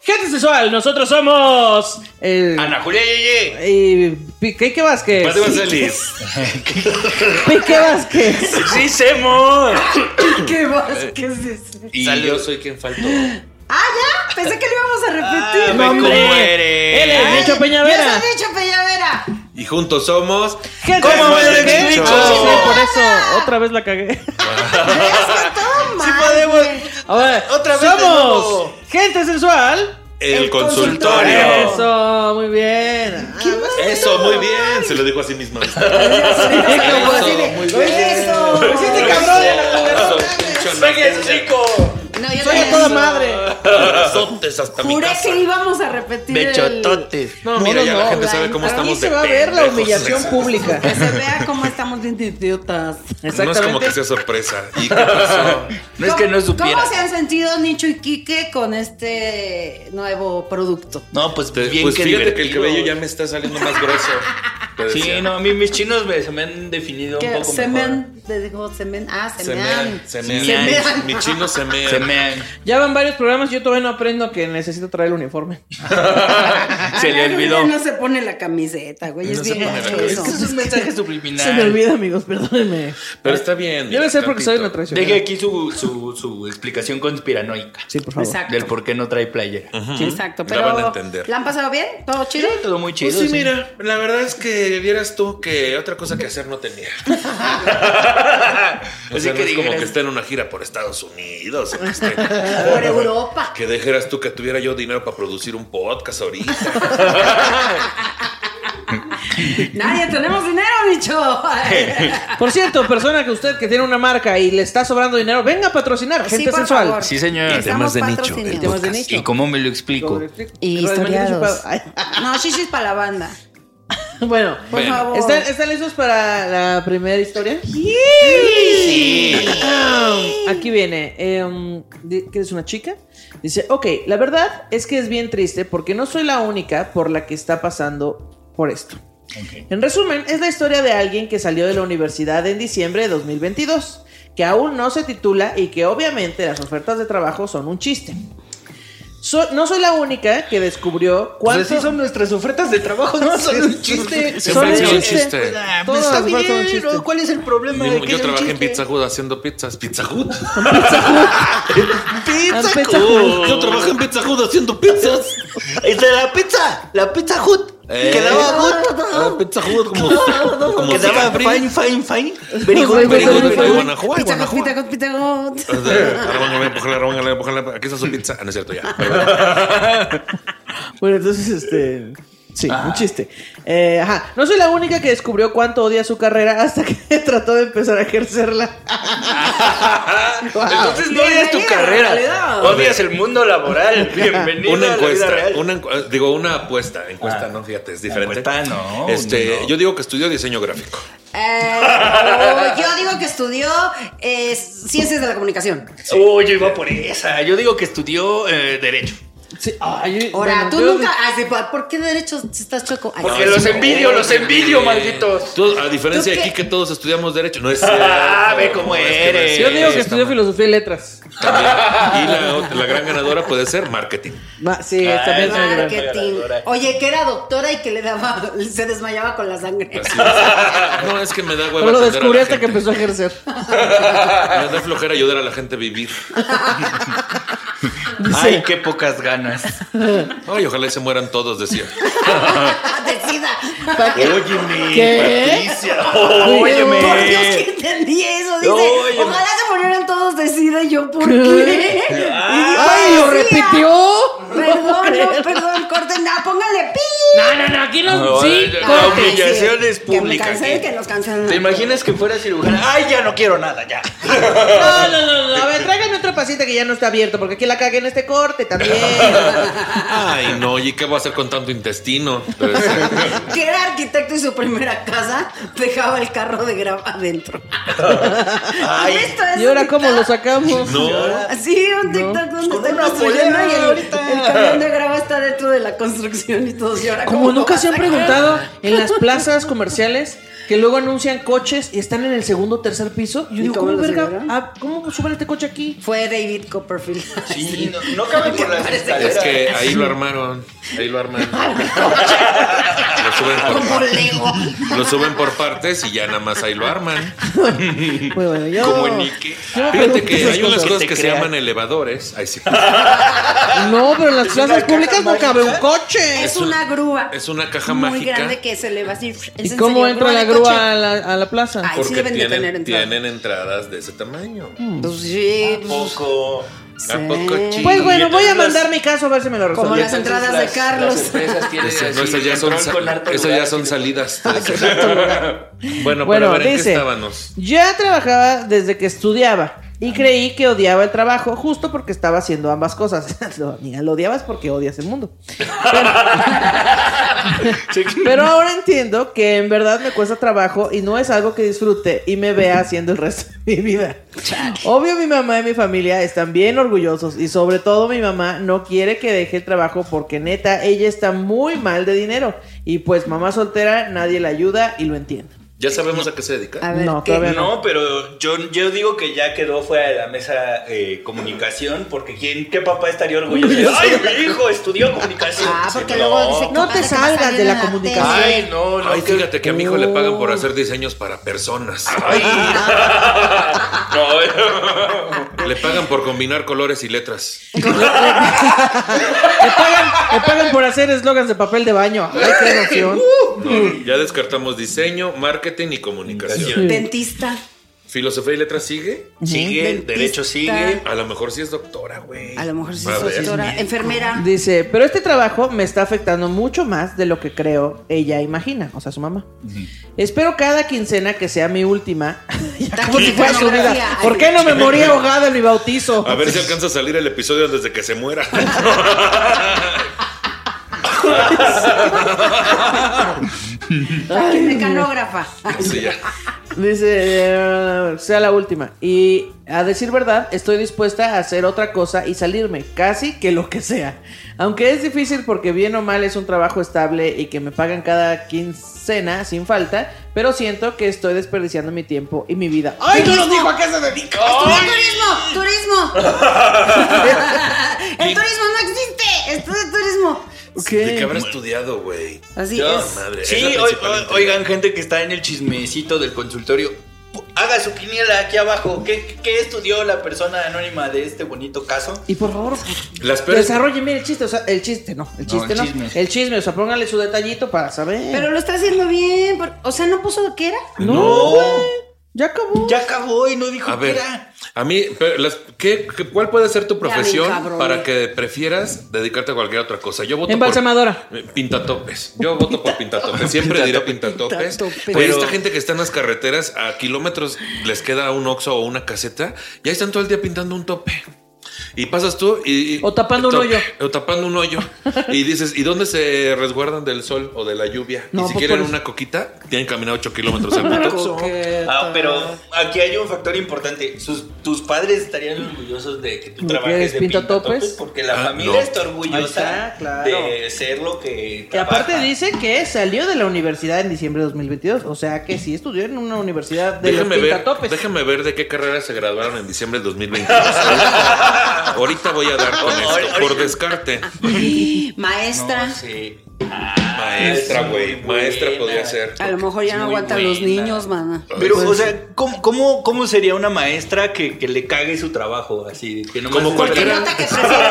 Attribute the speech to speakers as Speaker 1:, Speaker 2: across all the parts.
Speaker 1: Gente sexual, nosotros somos. eh,
Speaker 2: Ana Julia Yeye.
Speaker 1: eh, Piqué Vázquez.
Speaker 2: Mate González.
Speaker 1: Piqué Vázquez.
Speaker 2: Sí, Semo.
Speaker 3: ¿Qué más? ¿Qué es eso?
Speaker 2: Y yo soy quien faltó.
Speaker 3: ¡Ah, ya! Pensé que lo íbamos a repetir.
Speaker 2: me
Speaker 1: hombre.
Speaker 2: muere.
Speaker 1: Él es Nicho
Speaker 3: ¡Yo
Speaker 1: Peñavera.
Speaker 3: soy Nicho Peñavera!
Speaker 2: Y juntos somos.
Speaker 1: Gente
Speaker 2: ¿Cómo
Speaker 1: sexual
Speaker 2: me
Speaker 1: de
Speaker 2: he dicho?
Speaker 1: Sí, sí, por eso otra vez la cagué.
Speaker 3: ¡Eso es todo mal!
Speaker 1: Ahora,
Speaker 2: Otra vez de
Speaker 1: somos
Speaker 2: nuevo.
Speaker 1: gente sensual.
Speaker 2: El,
Speaker 3: El
Speaker 2: consultorio.
Speaker 3: consultorio. Ah,
Speaker 1: Eso, muy bien.
Speaker 3: ¿Qué más?
Speaker 2: Eso, muy bien. Se lo dijo a sí misma.
Speaker 3: Como
Speaker 2: Eso,
Speaker 3: así de,
Speaker 2: muy bien.
Speaker 3: ¡Eso!
Speaker 2: este
Speaker 1: Siete cabrones.
Speaker 2: chico!
Speaker 3: No, yo
Speaker 1: Soy
Speaker 3: no
Speaker 1: a toda madre.
Speaker 2: ¡Sotes hasta mi
Speaker 3: Juré
Speaker 2: casa!
Speaker 3: que íbamos a repetir el-
Speaker 1: No,
Speaker 2: Mira,
Speaker 1: no,
Speaker 2: ya
Speaker 1: no,
Speaker 2: la gente
Speaker 3: la
Speaker 2: sabe cómo
Speaker 3: entrada.
Speaker 2: estamos
Speaker 1: Aquí se
Speaker 2: de
Speaker 1: va a ver la
Speaker 2: pendejos.
Speaker 1: humillación pública.
Speaker 3: Que se vea cómo estamos bien de idiotas.
Speaker 2: No es como que sea sorpresa. ¿Y qué pasó?
Speaker 4: No es que no supiera.
Speaker 3: ¿Cómo se han sentido Nicho y Quique con este nuevo producto?
Speaker 4: No, pues
Speaker 2: Te-
Speaker 4: bien
Speaker 2: pues
Speaker 4: que
Speaker 2: fíjate que el
Speaker 4: divertido.
Speaker 2: cabello ya me está saliendo más grueso. te
Speaker 4: Sí,
Speaker 2: decía.
Speaker 4: no, a mí mis chinos me- se me han definido un
Speaker 3: Que
Speaker 4: poco
Speaker 3: se me
Speaker 4: mejor.
Speaker 3: han, te dijo, se me han- ah, se,
Speaker 2: Se
Speaker 3: me
Speaker 2: mean,
Speaker 3: han.
Speaker 2: se
Speaker 4: Se
Speaker 2: mean.
Speaker 3: mean.
Speaker 2: Mi chino se mea.
Speaker 4: Se me han...
Speaker 1: Ya van varios programas, yo todavía no aprendo que necesito traer el uniforme.
Speaker 4: se le
Speaker 3: Ana
Speaker 4: olvidó.
Speaker 3: Julia No se pone la camiseta, güey, es
Speaker 2: No se
Speaker 3: bien
Speaker 2: pone la
Speaker 3: gacho
Speaker 2: camisa.
Speaker 4: Es
Speaker 3: eso.
Speaker 4: que es un mensaje subliminal.
Speaker 1: Se me olvida, amigos, perdónenme.
Speaker 2: Pero está bien.
Speaker 1: Yo lo sé porque soy una
Speaker 2: tantito.
Speaker 1: traición.
Speaker 4: Deje aquí su, su, su explicación conspiranoica
Speaker 1: Sí, por favor.
Speaker 3: Exacto.
Speaker 4: del por qué no trae playera.
Speaker 3: Sí, Exacto,
Speaker 2: La
Speaker 3: pero
Speaker 2: van a entender.
Speaker 3: ¿la han pasado bien? ¿Todo
Speaker 4: Sí,
Speaker 3: chido?
Speaker 4: todo muy chido.
Speaker 2: Pues sí,
Speaker 4: sí.
Speaker 2: mira, la verdad es que vieras tú que otra cosa que hacer no tenía. O
Speaker 4: Así
Speaker 2: sea, no
Speaker 4: que
Speaker 2: es como
Speaker 4: dijeras-
Speaker 2: que esté en una gira por Estados Unidos. o que esté-
Speaker 3: Por Europa.
Speaker 2: Que dejeras tú que tuviera yo dinero para producir un podcast ahorita.
Speaker 3: Nadie tenemos dinero, Nicho.
Speaker 1: Por cierto, persona que usted que tiene una marca y le está sobrando dinero, venga a patrocinar, gente
Speaker 3: por
Speaker 1: sensual.
Speaker 3: favor.
Speaker 4: Sí, señor.
Speaker 3: Estamos
Speaker 4: Temas de nicho,
Speaker 3: patrocinados.
Speaker 1: Temas de nicho.
Speaker 4: ¿Y cómo me lo
Speaker 1: Como
Speaker 4: explico?
Speaker 1: le explico,
Speaker 3: Y
Speaker 1: realmente no
Speaker 3: historiados.
Speaker 1: supe- Ay,
Speaker 3: No, shishis para la banda.
Speaker 1: Bueno,
Speaker 3: Por
Speaker 2: Bueno.
Speaker 3: favor.
Speaker 1: ¿están, están listos para la primera historia? Aquí viene. em, di- ¿Que es una chica? Dice, ok, la verdad es que es bien triste porque no soy la única por la que está pasando por esto. En resumen, es la historia de alguien que salió de la universidad en diciembre de 2022, que aún no se titula y que obviamente las ofertas de trabajo son un chiste. So- no soy la única que descubrió cuánto...
Speaker 4: Pues así son nuestras ofertas de trabajo, no son un
Speaker 2: Siempre
Speaker 4: chiste.
Speaker 1: Son
Speaker 2: ha sido
Speaker 1: un
Speaker 2: un
Speaker 1: chiste.
Speaker 2: chiste.
Speaker 1: Todas
Speaker 4: Pues está
Speaker 1: las ofertas son un
Speaker 4: bien,
Speaker 1: chiste.
Speaker 4: ¿cuál es el problema? de que
Speaker 2: Yo
Speaker 4: sea un
Speaker 2: trabajé en
Speaker 4: chiste?
Speaker 2: Pizza Hut haciendo pizzas. ¿Pizza Hut?
Speaker 1: Ah,
Speaker 4: ¡Pizza
Speaker 1: Pizza
Speaker 4: Hut!
Speaker 2: Yo trabajé en Pizza Hut haciendo pizzas.
Speaker 4: Es de la pizza, la pizza Hut.
Speaker 2: Eh.
Speaker 4: Quedaba Hut.
Speaker 2: Ah, Pizza Hut como... como
Speaker 4: Quedaba
Speaker 2: siempre.
Speaker 4: fine, fine, fine. Very good,
Speaker 1: Very
Speaker 4: very
Speaker 1: good,
Speaker 4: good,
Speaker 1: very
Speaker 4: very
Speaker 1: good.
Speaker 4: good.
Speaker 2: Guanajuato,
Speaker 3: Pita got,
Speaker 2: Guanajuato.
Speaker 3: pita got, pita got.
Speaker 2: Arróngale, empújale, arróngale, empújale. Aquí está su pizza. Ah, no es cierto, ya. Perdón.
Speaker 1: Bueno, entonces, este. Sí, un
Speaker 2: Ah.
Speaker 1: chiste. Eh, ajá. No soy la única que descubrió cuánto odia su carrera hasta que trató de empezar a ejercerla.
Speaker 4: Entonces no odias
Speaker 3: Bienvenida a
Speaker 4: tu
Speaker 3: la
Speaker 4: carrera.
Speaker 3: realidad.
Speaker 4: Odias el mundo laboral. Bienvenido a
Speaker 2: Una
Speaker 4: la vida
Speaker 2: encuesta,
Speaker 4: real.
Speaker 2: una encu- digo, una apuesta. Encuesta, no, fíjate, es diferente.
Speaker 4: Ah. Encuesta, no,
Speaker 2: Este,
Speaker 4: no.
Speaker 2: yo digo que estudió diseño gráfico.
Speaker 3: Eh, oh, yo digo que estudió eh, ciencias de la comunicación.
Speaker 4: Oh, yo iba por esa. Yo digo que estudió eh, Derecho.
Speaker 1: Sí, ay,
Speaker 3: Ahora,
Speaker 1: bueno,
Speaker 3: tú
Speaker 1: yo-
Speaker 3: nunca. ah, sí, ¿Por qué derechos estás choco? Ay,
Speaker 4: Porque
Speaker 3: sí.
Speaker 4: los envidio, los envidio, malditos.
Speaker 2: Tú, a diferencia de
Speaker 3: ¿Tú qué?
Speaker 2: aquí que todos estudiamos derecho, no es
Speaker 4: Ah,
Speaker 2: cierto,
Speaker 4: ve cómo
Speaker 2: no es que no es
Speaker 4: eres.
Speaker 1: Yo
Speaker 2: cierto.
Speaker 1: digo
Speaker 2: Sí,
Speaker 1: que
Speaker 2: está
Speaker 1: estudió
Speaker 2: mal.
Speaker 1: filosofía y letras.
Speaker 2: También. Y la, ot- la gran ganadora puede ser marketing.
Speaker 1: Ma- sí,
Speaker 4: Ah,
Speaker 1: también
Speaker 4: es
Speaker 1: soy gran-
Speaker 4: que-
Speaker 3: Marketing.
Speaker 4: ganadora.
Speaker 3: Oye, que era doctora y que le daba, se desmayaba con la sangre.
Speaker 2: Así es. No, es que me da hueva.
Speaker 1: Pero lo
Speaker 2: atender a la
Speaker 1: descubrí hasta que
Speaker 2: gente.
Speaker 1: empezó a ejercer.
Speaker 2: Me da flojera ayudar a la gente a vivir.
Speaker 4: Ay, qué pocas ganas.
Speaker 2: Ay, ojalá y se mueran todos, decía.
Speaker 3: Decida.
Speaker 4: Óyeme,
Speaker 1: ¿Qué?
Speaker 4: Patricia.
Speaker 3: Por Dios que
Speaker 4: Óyeme.
Speaker 3: entendí eso. Dice,
Speaker 4: Oye.
Speaker 3: ojalá se
Speaker 2: Ah,
Speaker 3: murieran todos decida y yo, ¿por qué?
Speaker 1: ¡Ay, lo repitió!
Speaker 3: Perdón, no, perdón, corten, no, póngale pi.
Speaker 1: No, no, no, aquí los.
Speaker 4: No,
Speaker 1: sí,
Speaker 4: la- la
Speaker 1: corte.
Speaker 3: Ay, sí,
Speaker 4: humillaciones
Speaker 3: que me
Speaker 4: públicas,
Speaker 3: cancelen,
Speaker 4: ¿qué?
Speaker 3: que nos cancelen.
Speaker 4: ¿Te imaginas que fuera cirujana? Ay, ya no quiero nada, ya.
Speaker 1: No, no, no, no. A ver, tráigame otro paciente que ya no está abierto, porque aquí la cagué en este corte también.
Speaker 2: Ay, no, ¿y qué va a hacer con tanto intestino? Pues,
Speaker 3: Que era arquitecto y su primera casa dejaba el carro de grava adentro. ¿Has
Speaker 4: Ay.
Speaker 3: visto eso?
Speaker 1: ¿Y ahora cómo lo sacamos?
Speaker 2: no.
Speaker 3: Sí, un TikTok donde
Speaker 4: Con
Speaker 3: está
Speaker 4: una
Speaker 3: construyendo
Speaker 4: polera
Speaker 3: y el,
Speaker 4: ahorita.
Speaker 3: el camión de grava está dentro de la construcción y todos lloran.
Speaker 1: Como nunca se han preguntado en las plazas comerciales que luego anuncian coches y están en el segundo o tercer piso. Yo
Speaker 3: ¿Y
Speaker 1: digo,
Speaker 3: cómo
Speaker 1: ¿cómo,
Speaker 3: los
Speaker 1: verga?
Speaker 3: subieron?
Speaker 1: ah, ¿Cómo suben este coche aquí?
Speaker 3: Fue David Copperfield.
Speaker 4: Sí, no, no cabe por las escaleras.
Speaker 2: Es que ahí lo armaron. Ahí lo armaron. Lo suben
Speaker 3: Como
Speaker 2: por,
Speaker 3: Lego.
Speaker 2: lo suben por partes y ya nada más ahí lo arman.
Speaker 1: Bueno, Pues, bueno, yo-
Speaker 2: Como en Ike.
Speaker 1: Yo me
Speaker 2: Fíjate
Speaker 1: pregunto
Speaker 2: que
Speaker 1: esas
Speaker 2: hay unas
Speaker 4: cosas.
Speaker 2: cosas
Speaker 4: Que
Speaker 2: que
Speaker 4: te
Speaker 2: se
Speaker 4: crean.
Speaker 2: llaman elevadores. Ahí sí.
Speaker 1: No, pero en las
Speaker 4: ¿Es una
Speaker 1: plazas
Speaker 4: caja
Speaker 1: públicas no
Speaker 4: mágica?
Speaker 1: cabe un coche.
Speaker 3: Es una grúa.
Speaker 2: es una caja
Speaker 3: muy
Speaker 2: mágica.
Speaker 3: grande que se eleva así. Es
Speaker 1: ¿Y
Speaker 3: en
Speaker 1: cómo
Speaker 3: serio,
Speaker 1: entra la
Speaker 3: de
Speaker 1: grúa a la, a la plaza?
Speaker 3: Ay, sí
Speaker 2: Porque
Speaker 3: deben de
Speaker 2: tienen,
Speaker 3: tener entrada.
Speaker 2: tienen entradas de ese tamaño.
Speaker 3: coche? Pues sí. pues,
Speaker 4: Poco.
Speaker 2: ¿A poco
Speaker 3: Sí.
Speaker 2: chico?
Speaker 1: Pues bueno,
Speaker 4: Y
Speaker 1: voy a
Speaker 4: entonces
Speaker 1: mandar
Speaker 4: las-
Speaker 1: mi caso a ver si me lo
Speaker 3: Como
Speaker 1: resuelven.
Speaker 3: las entradas de Carlos.
Speaker 4: Las empresas tienen
Speaker 2: Esa- no,
Speaker 4: así,
Speaker 2: esas ya son,
Speaker 4: control
Speaker 2: sa-
Speaker 4: con harto
Speaker 2: esas
Speaker 4: lugar,
Speaker 2: ya son
Speaker 4: así.
Speaker 2: salidas.
Speaker 1: Bueno,
Speaker 2: bueno, pero a ver, ¿en qué
Speaker 1: dice,
Speaker 2: estábamos?
Speaker 1: ya trabajaba desde que estudiaba y
Speaker 3: Ah.
Speaker 1: creí que odiaba el trabajo justo porque estaba haciendo ambas cosas. no, amiga, lo odiabas porque odias el mundo.
Speaker 4: Sí.
Speaker 1: Pero ahora entiendo que en verdad me cuesta trabajo y no es algo que disfrute y me vea haciendo el resto de mi vida. Obvio mi mamá y mi familia están bien orgullosos y sobre todo mi mamá no quiere que deje el trabajo porque neta ella está muy mal de dinero y pues mamá soltera nadie la ayuda y lo entiendo.
Speaker 2: Ya sabemos a qué se dedica.
Speaker 3: A ver,
Speaker 1: Pues No,
Speaker 3: ¿qué?
Speaker 1: todavía no.
Speaker 4: No, pero yo, yo digo que ya quedó fuera de la mesa eh, comunicación, porque ¿quién, ¿qué papá estaría orgulloso? de, ¡Ay, mi hijo estudió comunicación!
Speaker 3: Ah,
Speaker 4: Sí,
Speaker 3: porque
Speaker 4: no.
Speaker 3: luego dice
Speaker 1: No
Speaker 3: padre
Speaker 1: te
Speaker 3: que va a
Speaker 1: salgas
Speaker 3: salir
Speaker 1: de la
Speaker 3: en
Speaker 1: comunicación.
Speaker 3: tele.
Speaker 4: Ay, no, no.
Speaker 2: Ay,
Speaker 4: que-
Speaker 2: fíjate que a mi hijo le pagan por hacer diseños para personas.
Speaker 4: Ay. no.
Speaker 2: Le pagan por combinar colores y letras.
Speaker 1: Le pagan, le pagan por hacer eslogans de papel de baño. Ay, qué emoción.
Speaker 2: No, ya descartamos diseño, marketing y comunicación.
Speaker 3: Dentista.
Speaker 2: Filosofía y letras sigue.
Speaker 4: Sigue, el
Speaker 3: Dentista.
Speaker 4: derecho sigue.
Speaker 2: A lo mejor sí es doctora, güey.
Speaker 3: A lo mejor sí
Speaker 2: A
Speaker 3: es
Speaker 2: ver.
Speaker 3: doctora. Enfermera.
Speaker 1: Dice, pero este trabajo me está afectando mucho más de lo que creo ella imagina, o sea, su mamá. Espero cada quincena que sea mi última. Ya como si fuera su vida. ¿Por qué no me morí ahogada en mi bautizo?
Speaker 2: A ver si alcanza a salir el episodio desde que se muera.
Speaker 3: Ay, mecanógrafa.
Speaker 2: Sí, ya.
Speaker 1: Dice, eh, sea la última. Y a decir verdad, estoy dispuesta a hacer otra cosa y salirme, casi que lo que sea. Aunque es difícil porque bien o mal es un trabajo estable y que me pagan cada quincena sin falta, pero siento que estoy desperdiciando mi tiempo y mi vida. ¡Ay, no nos dijo a qué se dedica!
Speaker 3: ¡Estudia turismo! ¡Turismo! ¡El turismo no existe! ¡Estudia turismo!
Speaker 2: ¿De qué habrá
Speaker 1: Ok.
Speaker 2: estudiado, güey?
Speaker 3: Así
Speaker 2: Ya,
Speaker 3: es.
Speaker 2: madre,
Speaker 4: Sí,
Speaker 2: es la
Speaker 4: oi-
Speaker 2: principal
Speaker 4: oi-
Speaker 2: intriga.
Speaker 4: oigan, gente que está en el chismecito del consultorio, pu- haga su quiniela aquí abajo. ¿Qué, qué estudió la persona anónima de este bonito caso?
Speaker 1: Y por favor,
Speaker 2: Las peores.
Speaker 1: desarrollen bien el chiste, o sea, el chiste no, el
Speaker 4: No,
Speaker 1: chiste
Speaker 4: el
Speaker 1: no, el
Speaker 4: chisme.
Speaker 1: chisme, o sea, pónganle su detallito para saber.
Speaker 3: Pero lo está haciendo bien. por- O sea, ¿no puso qué era?
Speaker 1: no, güey, ya acabó.
Speaker 4: Ya acabó y no dijo
Speaker 2: A
Speaker 4: qué
Speaker 2: ver,
Speaker 4: era.
Speaker 2: a mí, pero las- ¿qué- qué- ¿cuál puede ser tu profesión
Speaker 3: encabroné.
Speaker 2: para que prefieras dedicarte a cualquier otra cosa? Yo voto
Speaker 1: Embalsamadora.
Speaker 2: por eh, pintatopes. Yo voto por pintatopes. Siempre diré pintatopes.
Speaker 3: Pintatopes.
Speaker 2: Pero esta gente que está en las carreteras a kilómetros les queda un oxo o una caseta y ahí están todo el día pintando un tope. Y pasas tú y... y-
Speaker 1: O tapando un
Speaker 2: tope,
Speaker 1: hoyo.
Speaker 2: O tapando un hoyo. Y dices, ¿y dónde se resguardan del sol o de la lluvia?
Speaker 1: No,
Speaker 2: y si
Speaker 1: pues,
Speaker 2: quieren
Speaker 1: por-
Speaker 2: una coquita, tienen que caminar 8 kilómetros al puto oxxo.
Speaker 4: Ah, pero aquí hay un factor importante. Sus- tus padres estarían orgullosos de que tú
Speaker 1: ¿De que
Speaker 4: trabajes
Speaker 1: eres
Speaker 4: de
Speaker 1: pintatopes?
Speaker 4: pintatopes porque la
Speaker 2: Ah,
Speaker 4: familia
Speaker 2: no.
Speaker 4: está orgullosa
Speaker 1: Ahí está, claro.
Speaker 4: de ser lo que
Speaker 1: Que aparte
Speaker 4: trabaja.
Speaker 1: dice que salió de la universidad en diciembre de 2022, o sea que sí estudió en una universidad de
Speaker 2: Déjame
Speaker 1: los
Speaker 2: ver,
Speaker 1: pintatopes.
Speaker 2: déjame ver de qué carrera se graduaron en diciembre del 2022. Ahorita voy a dar con esto, por descarte.
Speaker 3: Maestra.
Speaker 4: No, sí.
Speaker 2: Maestra,
Speaker 4: es
Speaker 2: güey.
Speaker 4: muy
Speaker 2: Maestra
Speaker 4: buena.
Speaker 2: podría ser.
Speaker 3: A lo mejor ya no
Speaker 4: Muy
Speaker 3: aguantan los
Speaker 4: buena.
Speaker 3: niños, mana.
Speaker 4: Pero,
Speaker 2: Ay,
Speaker 4: o sea, ¿cómo, cómo, cómo sería una maestra que, que le cague su trabajo? Así, que nomás
Speaker 2: Como
Speaker 4: es-
Speaker 3: Porque
Speaker 2: cualquiera.
Speaker 3: nota que prefiere,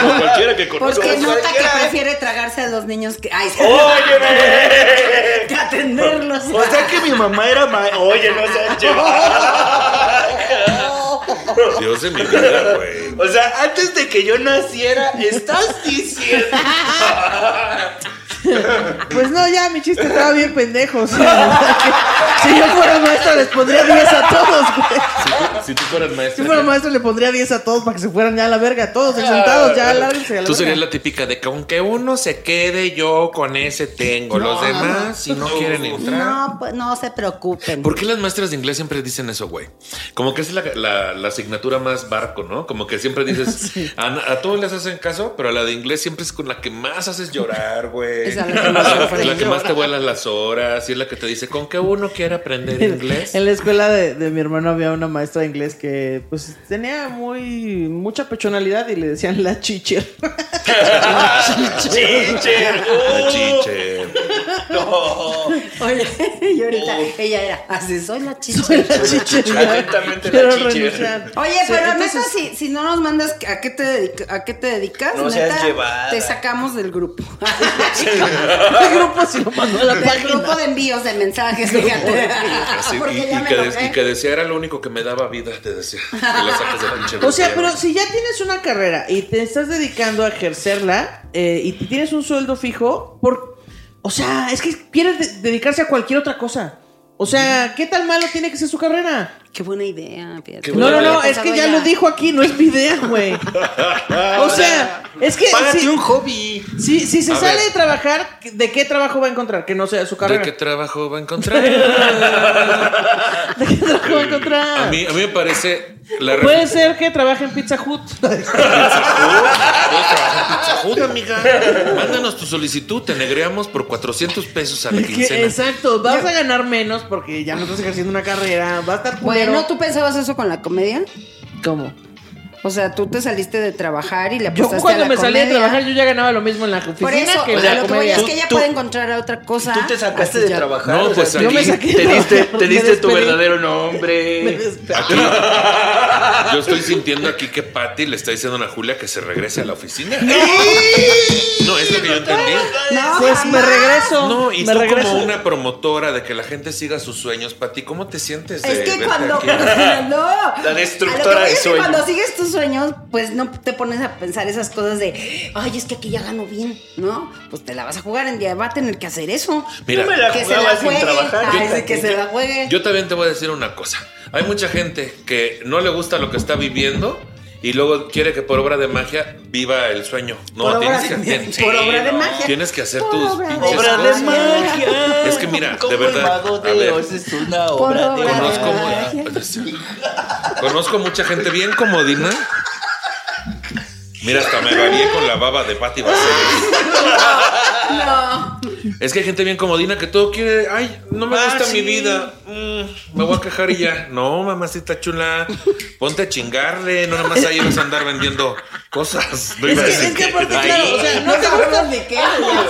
Speaker 2: como cualquiera que
Speaker 3: porque
Speaker 2: conozca.
Speaker 3: nota que
Speaker 4: cualquiera. Oh,
Speaker 3: prefiere tragarse a los niños que, ay,
Speaker 4: ¡Óyeme!
Speaker 3: que atenderlos.
Speaker 4: O sea que mi mamá era ma... Oye, no seas llevado.
Speaker 2: Dios de mi vida, güey.
Speaker 4: O sea, antes de que yo naciera, estás diciendo.
Speaker 1: Pues no, ya, mi chiste estaba bien pendejo. sí. si yo fuera maestro, les pondría 10 a todos, güey.
Speaker 2: Si tú, si tú fueras
Speaker 1: Si
Speaker 2: maestra.
Speaker 1: fuera maestro, le pondría 10 a todos para que se fueran ya a la verga. Todos sentados, ya, lárguense a la
Speaker 2: Ah, Tú serías
Speaker 1: verga.
Speaker 2: la típica de que aunque uno se quede, yo con ese tengo. Los demás, si no quieren entrar.
Speaker 3: No, pues no se preocupen.
Speaker 2: ¿Por qué las maestras de inglés siempre dicen eso, güey? Como que es la, la- la asignatura más barco, ¿no? Como que siempre dices, a, a todos les hacen caso, pero a la de inglés siempre es con la que más haces llorar, güey.
Speaker 3: Es a la que más sufres.
Speaker 2: la que más te vuelas las horas y es la que te dice, ¿con qué uno quiere aprender inglés?
Speaker 1: En la escuela de, de mi hermano había una maestra de inglés que pues tenía muy mucha pechonalidad y le decían la chicher.
Speaker 4: Chicher.
Speaker 2: Ah,
Speaker 4: uh,
Speaker 2: chiche.
Speaker 4: No.
Speaker 3: Oye, y ahorita
Speaker 4: Oh.
Speaker 3: ella era así, soy la chicha.
Speaker 1: la chicher.
Speaker 4: Atentamente, la
Speaker 1: Quiero
Speaker 4: chicher.
Speaker 1: renunciar.
Speaker 3: Oye,
Speaker 1: Sí,
Speaker 3: pero
Speaker 1: entonces-
Speaker 3: neta, si, si no nos mandas a qué te, dedica- a qué te dedicas,
Speaker 4: No seas
Speaker 3: neta,
Speaker 4: llevada.
Speaker 3: te sacamos del grupo.
Speaker 1: ¿Qué grupo si lo mandó a la
Speaker 3: del grupo
Speaker 1: página?
Speaker 3: de envíos de mensajes, fíjate.
Speaker 2: Así,
Speaker 3: Ah, Porque
Speaker 2: y,
Speaker 3: ya
Speaker 2: y
Speaker 3: me
Speaker 2: que de-
Speaker 3: enojé.
Speaker 2: y que decía era lo único que me daba vida, te decía. Que la sacas de pinche
Speaker 1: O sea,
Speaker 2: bloqueo.
Speaker 1: pero si ya tienes una carrera y te estás dedicando a ejercerla eh, y tienes un sueldo fijo, por, o sea, es que quieres de- dedicarse a cualquier otra cosa. O sea, ¿qué tan malo tiene que ser su carrera?
Speaker 3: Qué buena idea, fíjate.
Speaker 2: Qué
Speaker 1: No,
Speaker 2: buena
Speaker 1: no,
Speaker 2: idea.
Speaker 1: no, es que ya lo dijo aquí, no es mi idea, güey. O sea, es que
Speaker 4: Págate
Speaker 1: si,
Speaker 4: un hobby.
Speaker 1: si- si se
Speaker 2: A
Speaker 1: sale
Speaker 2: ver.
Speaker 1: de trabajar, ¿de qué trabajo va a encontrar? Que no sea su
Speaker 2: ¿De
Speaker 1: carrera.
Speaker 2: qué trabajo va a encontrar?
Speaker 1: ¿De qué trabajo va a encontrar?
Speaker 2: A mí, a mí me parece la
Speaker 3: Pues,
Speaker 1: Puede ser que trabaje en Pizza Hut.
Speaker 3: ah.
Speaker 2: Puedes trabajar en Pizza Hut, amiga. Mándanos tu solicitud, te negreamos por 400 pesos a la
Speaker 1: Que-
Speaker 2: quincena.
Speaker 1: exacto, vas a ganar menos porque ya no estás ejerciendo una carrera, vas a estar culero.
Speaker 3: Bueno, ¿tú Pues pensabas eso con la comedia?
Speaker 1: ¿Cómo?
Speaker 3: O sea, tú te saliste de trabajar y le
Speaker 1: Yo
Speaker 3: apostaste
Speaker 1: cuando
Speaker 3: a la
Speaker 1: me salí de
Speaker 3: comedia.
Speaker 1: trabajar yo ya ganaba lo mismo en la oficina
Speaker 3: Por eso,
Speaker 1: que
Speaker 3: o
Speaker 1: en
Speaker 3: sea,
Speaker 1: la
Speaker 3: lo que voy
Speaker 1: comedia.
Speaker 3: es que ella
Speaker 4: Tú-
Speaker 3: puede
Speaker 4: tú-
Speaker 3: encontrar otra cosa.
Speaker 4: Tú te sacaste
Speaker 3: Así
Speaker 4: de
Speaker 3: ya.
Speaker 4: trabajar.
Speaker 2: No,
Speaker 4: o sea,
Speaker 2: pues
Speaker 4: te
Speaker 2: aquí
Speaker 4: diste- te
Speaker 1: de
Speaker 4: diste,
Speaker 1: trabajar, me
Speaker 4: te diste tu
Speaker 1: despedí.
Speaker 4: verdadero
Speaker 1: Me
Speaker 4: nombre.
Speaker 1: despe-
Speaker 2: Yo estoy sintiendo aquí que Patty le está diciendo a Julia que se regrese a la oficina. No, es lo que yo entendí.
Speaker 3: No,
Speaker 1: Pues me
Speaker 3: jamás.
Speaker 1: regreso.
Speaker 2: No, y
Speaker 1: me
Speaker 2: tú
Speaker 1: regreso.
Speaker 2: como una promotora de que la gente siga sus sueños, Patty, ¿cómo te sientes? de
Speaker 3: Es que
Speaker 2: verte
Speaker 3: cuando.
Speaker 2: aquí?
Speaker 3: no.
Speaker 4: La destructora
Speaker 3: A lo que voy
Speaker 4: de
Speaker 3: es que
Speaker 4: sueños.
Speaker 3: Cuando sigues tus sueños, pues no te pones a pensar esas cosas de. Ay, es que aquí ya gano bien, ¿no? Pues te la vas a jugar en día. Va a tener que hacer eso.
Speaker 2: Mira,
Speaker 4: Yo me la
Speaker 3: que se
Speaker 4: jugaba
Speaker 3: la
Speaker 4: sin
Speaker 3: juegue.
Speaker 4: trabajar.
Speaker 3: Ay,
Speaker 4: Yo
Speaker 3: sí, que se la juegue.
Speaker 2: Yo también te voy a decir una cosa. Hay mucha gente que no le gusta lo que está viviendo y luego quiere que por obra de magia viva el sueño. No,
Speaker 3: Por
Speaker 2: tienes
Speaker 3: obra de-
Speaker 2: que hacer,
Speaker 3: por obra de
Speaker 2: no.
Speaker 3: magia.
Speaker 2: Tienes que hacer
Speaker 3: Por
Speaker 2: tus
Speaker 3: obra de
Speaker 2: pinches
Speaker 4: Obra de
Speaker 2: cosas.
Speaker 4: magia.
Speaker 2: Es que mira, de
Speaker 4: Como
Speaker 2: verdad,
Speaker 4: El mago
Speaker 2: a
Speaker 4: de
Speaker 2: ver.
Speaker 4: Oz es una obra de
Speaker 3: obra de
Speaker 2: Conozco,
Speaker 3: magia.
Speaker 4: magia.
Speaker 2: mu- conozco mucha gente bien comodina. Mira, hasta me bañé con la baba de Patti Baselis.
Speaker 3: No.
Speaker 2: Es que hay gente bien comodina que todo quiere. Ay, no me
Speaker 4: Ah,
Speaker 2: gusta
Speaker 4: sí.
Speaker 2: mi vida. Mm, me voy a quejar y ya. No, mamacita chula. Ponte a chingarle. No nomás ahí vas a andar vendiendo cosas. No
Speaker 1: Es
Speaker 2: iba a
Speaker 1: que,
Speaker 2: decir
Speaker 1: es que aparte,
Speaker 2: ahí.
Speaker 1: claro, o sea, no te gusta
Speaker 3: sabemos de qué hablas.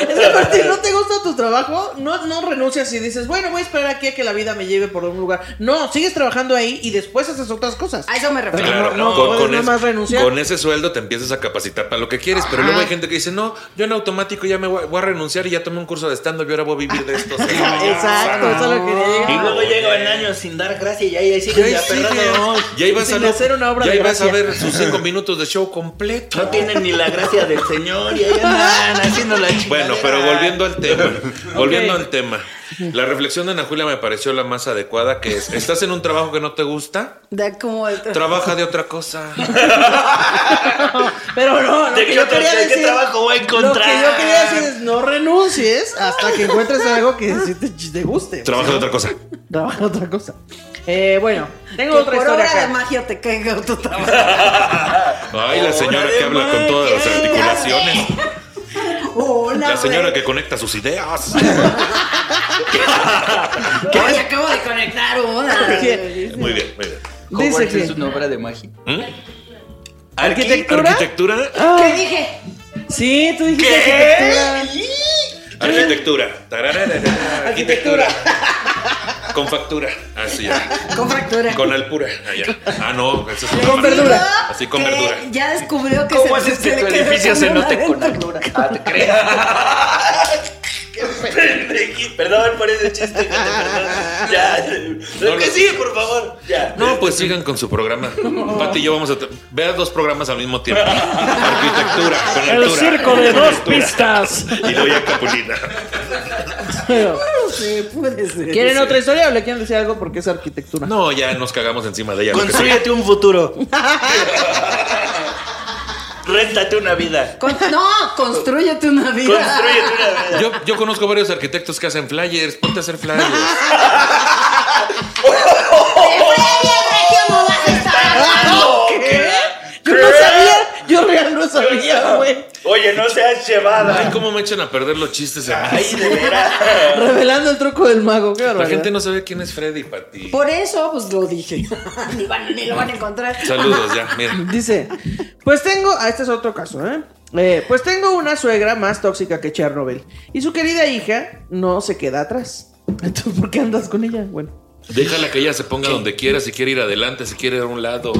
Speaker 1: Es que aparte, no te gusta tu trabajo, no, no renuncias y dices, bueno, voy a esperar aquí a que la vida me lleve por un lugar. No, sigues trabajando ahí y después haces otras cosas.
Speaker 3: A eso me refiero.
Speaker 2: Claro,
Speaker 1: no, no puedes nada más renunciar.
Speaker 2: con ese sueldo te empiezas a capacitar para lo que quieres, pero luego hay gente que dice, no, yo en automático ya me voy, a- voy a renunciar y ya tomé un curso de stand-up y ahora voy a vivir de esto. O sea, ya,
Speaker 1: Exacto, eso es lo que quería llegar.
Speaker 4: Y luego llegan años sin dar gracia y ahí ahí
Speaker 2: Ya
Speaker 4: siguen
Speaker 2: ahí
Speaker 4: ya
Speaker 2: sigue,
Speaker 4: perrando.
Speaker 2: ya ibas
Speaker 1: Sin
Speaker 2: a,
Speaker 1: hacer una obra
Speaker 2: ya
Speaker 1: de
Speaker 2: ibas a
Speaker 1: gracia.
Speaker 2: ver sus cinco minutos de show completo.
Speaker 4: No tienen ni la gracia del señor y ahí andan haciendo la chica.
Speaker 2: Bueno, pero volviendo al tema, volviendo al tema, la reflexión de Ana Julia me pareció la más adecuada que es, estás en un trabajo que no te gusta,
Speaker 3: De como de-
Speaker 2: trabaja de otra cosa.
Speaker 1: Pero no, lo
Speaker 4: ¿De
Speaker 1: que
Speaker 4: qué
Speaker 1: yo
Speaker 4: otra-
Speaker 1: quería
Speaker 4: de qué
Speaker 1: decir.
Speaker 4: trabajo voy a encontrar?
Speaker 1: Lo que yo quería decir es no renuncies hasta que encuentres algo que sí te, te guste.
Speaker 2: Trabaja de otra cosa.
Speaker 1: Trabaja otra cosa. Eh, bueno, tengo
Speaker 3: que
Speaker 1: otra
Speaker 3: por
Speaker 1: historia
Speaker 3: obra
Speaker 1: acá.
Speaker 3: de magia te caiga tu trabajo.
Speaker 2: Ay, la señora que habla con todas las articulaciones.
Speaker 1: pues.
Speaker 3: Hola,
Speaker 2: La señora
Speaker 3: güey.
Speaker 2: que conecta sus ideas.
Speaker 3: Oye, acabo de conectar una.
Speaker 1: ¿Qué?
Speaker 2: Muy bien, muy bien.
Speaker 1: Dice que
Speaker 4: es una obra de magia.
Speaker 2: ¿Mm?
Speaker 1: ¿Arquitectura?
Speaker 2: Arquitectura.
Speaker 1: Ah,
Speaker 3: ¿Qué dije?
Speaker 1: sí, tú dijiste arquitectura.
Speaker 2: Arquitectura. Tararara. Arquitectura. Con factura. Así ya.
Speaker 3: Con fractura.
Speaker 2: Con alpura. Allá. Ah, no. eso es otra
Speaker 1: Con
Speaker 2: parte.
Speaker 1: verdura.
Speaker 2: Así con
Speaker 3: Que
Speaker 2: verdura.
Speaker 3: Ya descubrió que
Speaker 4: ¿Cómo
Speaker 3: se-
Speaker 4: haces
Speaker 3: se
Speaker 4: que
Speaker 3: le
Speaker 4: tu
Speaker 3: quedó
Speaker 4: edificio
Speaker 3: con
Speaker 4: se
Speaker 3: una
Speaker 4: note con
Speaker 3: adentro.
Speaker 4: altura? Ah, te creas. Pendejito. Perdón por ese chiste. gente, perdón. Ya.
Speaker 2: No,
Speaker 4: que
Speaker 2: no.
Speaker 4: sigue, por favor. Ya.
Speaker 2: No, pues sigan con su programa. Pati y yo vamos a te- ver dos programas al mismo tiempo. Arquitectura,
Speaker 5: El
Speaker 2: conectura,
Speaker 5: circo de dos
Speaker 2: conectura.
Speaker 5: pistas.
Speaker 2: Y luego ya Capulina.
Speaker 1: Pero,
Speaker 3: Sí, puede ser.
Speaker 1: ¿Quieren otra historia o le quieren decir algo porque es arquitectura?
Speaker 2: No, ya nos cagamos encima de ella. lo que sea.
Speaker 4: Consúyete un futuro. Réntate una vida.
Speaker 3: Con- no, construyete una vida.
Speaker 4: Construyete una vida.
Speaker 2: Yo, yo conozco varios arquitectos que hacen flyers. Ponte a hacer flyers.
Speaker 3: ¡De Freddy el Regio no vas a estar hablando!
Speaker 4: ¿Qué?
Speaker 1: Ah, Yo no sabía, yo real no sabía, güey.
Speaker 4: Oye, no seas
Speaker 2: Ay,
Speaker 4: llevada.
Speaker 2: cómo me echan a perder los chistes. aquí.
Speaker 4: Ay, de veras.
Speaker 1: Revelando el truco del mago, qué
Speaker 2: La
Speaker 1: barbaridad.
Speaker 2: gente no sabe quién es Freddy, Pati.
Speaker 3: Por eso, pues lo dije. ni, van- ni lo van a encontrar.
Speaker 2: Saludos, ya, mira.
Speaker 1: Dice, pues tengo, ah, este es otro caso, ¿eh? Eh, Pues tengo una suegra más tóxica que Chernobyl y su querida hija no se queda atrás. Entonces, ¿por qué andas con ella? Bueno,
Speaker 2: Déjala que ella se ponga donde quiera, si quiere ir adelante, si quiere ir a un lado.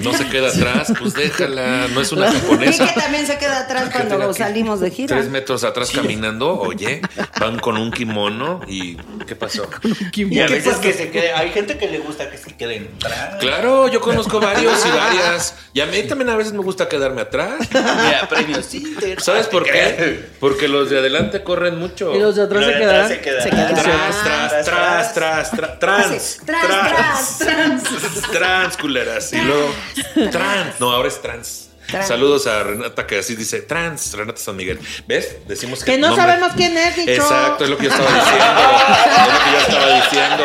Speaker 2: No se queda atrás, pues déjala. No es una
Speaker 3: Y
Speaker 2: japonesa.
Speaker 3: que también se queda atrás
Speaker 2: tenga
Speaker 3: cuando
Speaker 2: que-
Speaker 3: salimos de gira.
Speaker 2: Tres metros atrás caminando, oye, van con un kimono y ¿qué pasó?
Speaker 4: Y a veces que se quede. Hay gente que le gusta que se queden atrás.
Speaker 2: Claro, yo conozco varios y varias. Y a mí también a veces me gusta quedarme atrás.
Speaker 4: Mira, premios Inter.
Speaker 2: ¿Sabes por qué? Porque los de adelante corren mucho.
Speaker 1: y los de atrás
Speaker 4: Los
Speaker 1: se
Speaker 4: de atrás
Speaker 1: quedarán.
Speaker 4: se quedan.
Speaker 6: Se quedan.
Speaker 2: Tras, tras, tras, tras, tras, trans,
Speaker 3: Así, Tras, tras, trans.
Speaker 2: Trans, culeras. Y luego, trans. No, ahora es trans.
Speaker 3: Trans.
Speaker 2: Saludos a Renata que así dice trans, Renata San Miguel. ¿Ves? Decimos que.
Speaker 1: Que no
Speaker 2: nombre-
Speaker 1: sabemos quién es, dicho.
Speaker 2: Exacto, es lo que yo estaba diciendo. es lo que yo estaba diciendo.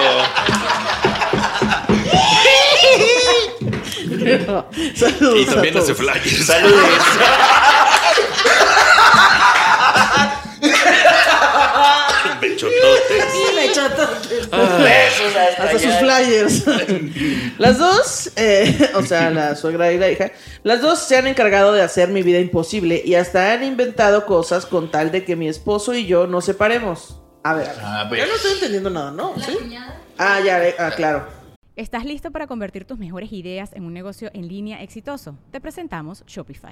Speaker 1: Saludos
Speaker 2: Y también
Speaker 1: a todos.
Speaker 2: hace flyers.
Speaker 4: Saludos.
Speaker 2: Bechototes.
Speaker 3: Sí, me echó
Speaker 4: Besos hasta,
Speaker 1: Hasta sus
Speaker 4: allá.
Speaker 1: flyers. las dos, eh, o sea, la suegra y la hija, las dos se han encargado de hacer mi vida imposible y hasta han inventado cosas con tal de que mi esposo y yo nos separemos. A ver, a ver.
Speaker 4: A
Speaker 1: Yo
Speaker 4: ver.
Speaker 1: no estoy entendiendo nada, ¿no? ¿Sí? Ah, ya, eh, ah, claro.
Speaker 7: ¿Estás listo para convertir tus mejores ideas en un negocio en línea exitoso? Te presentamos Shopify.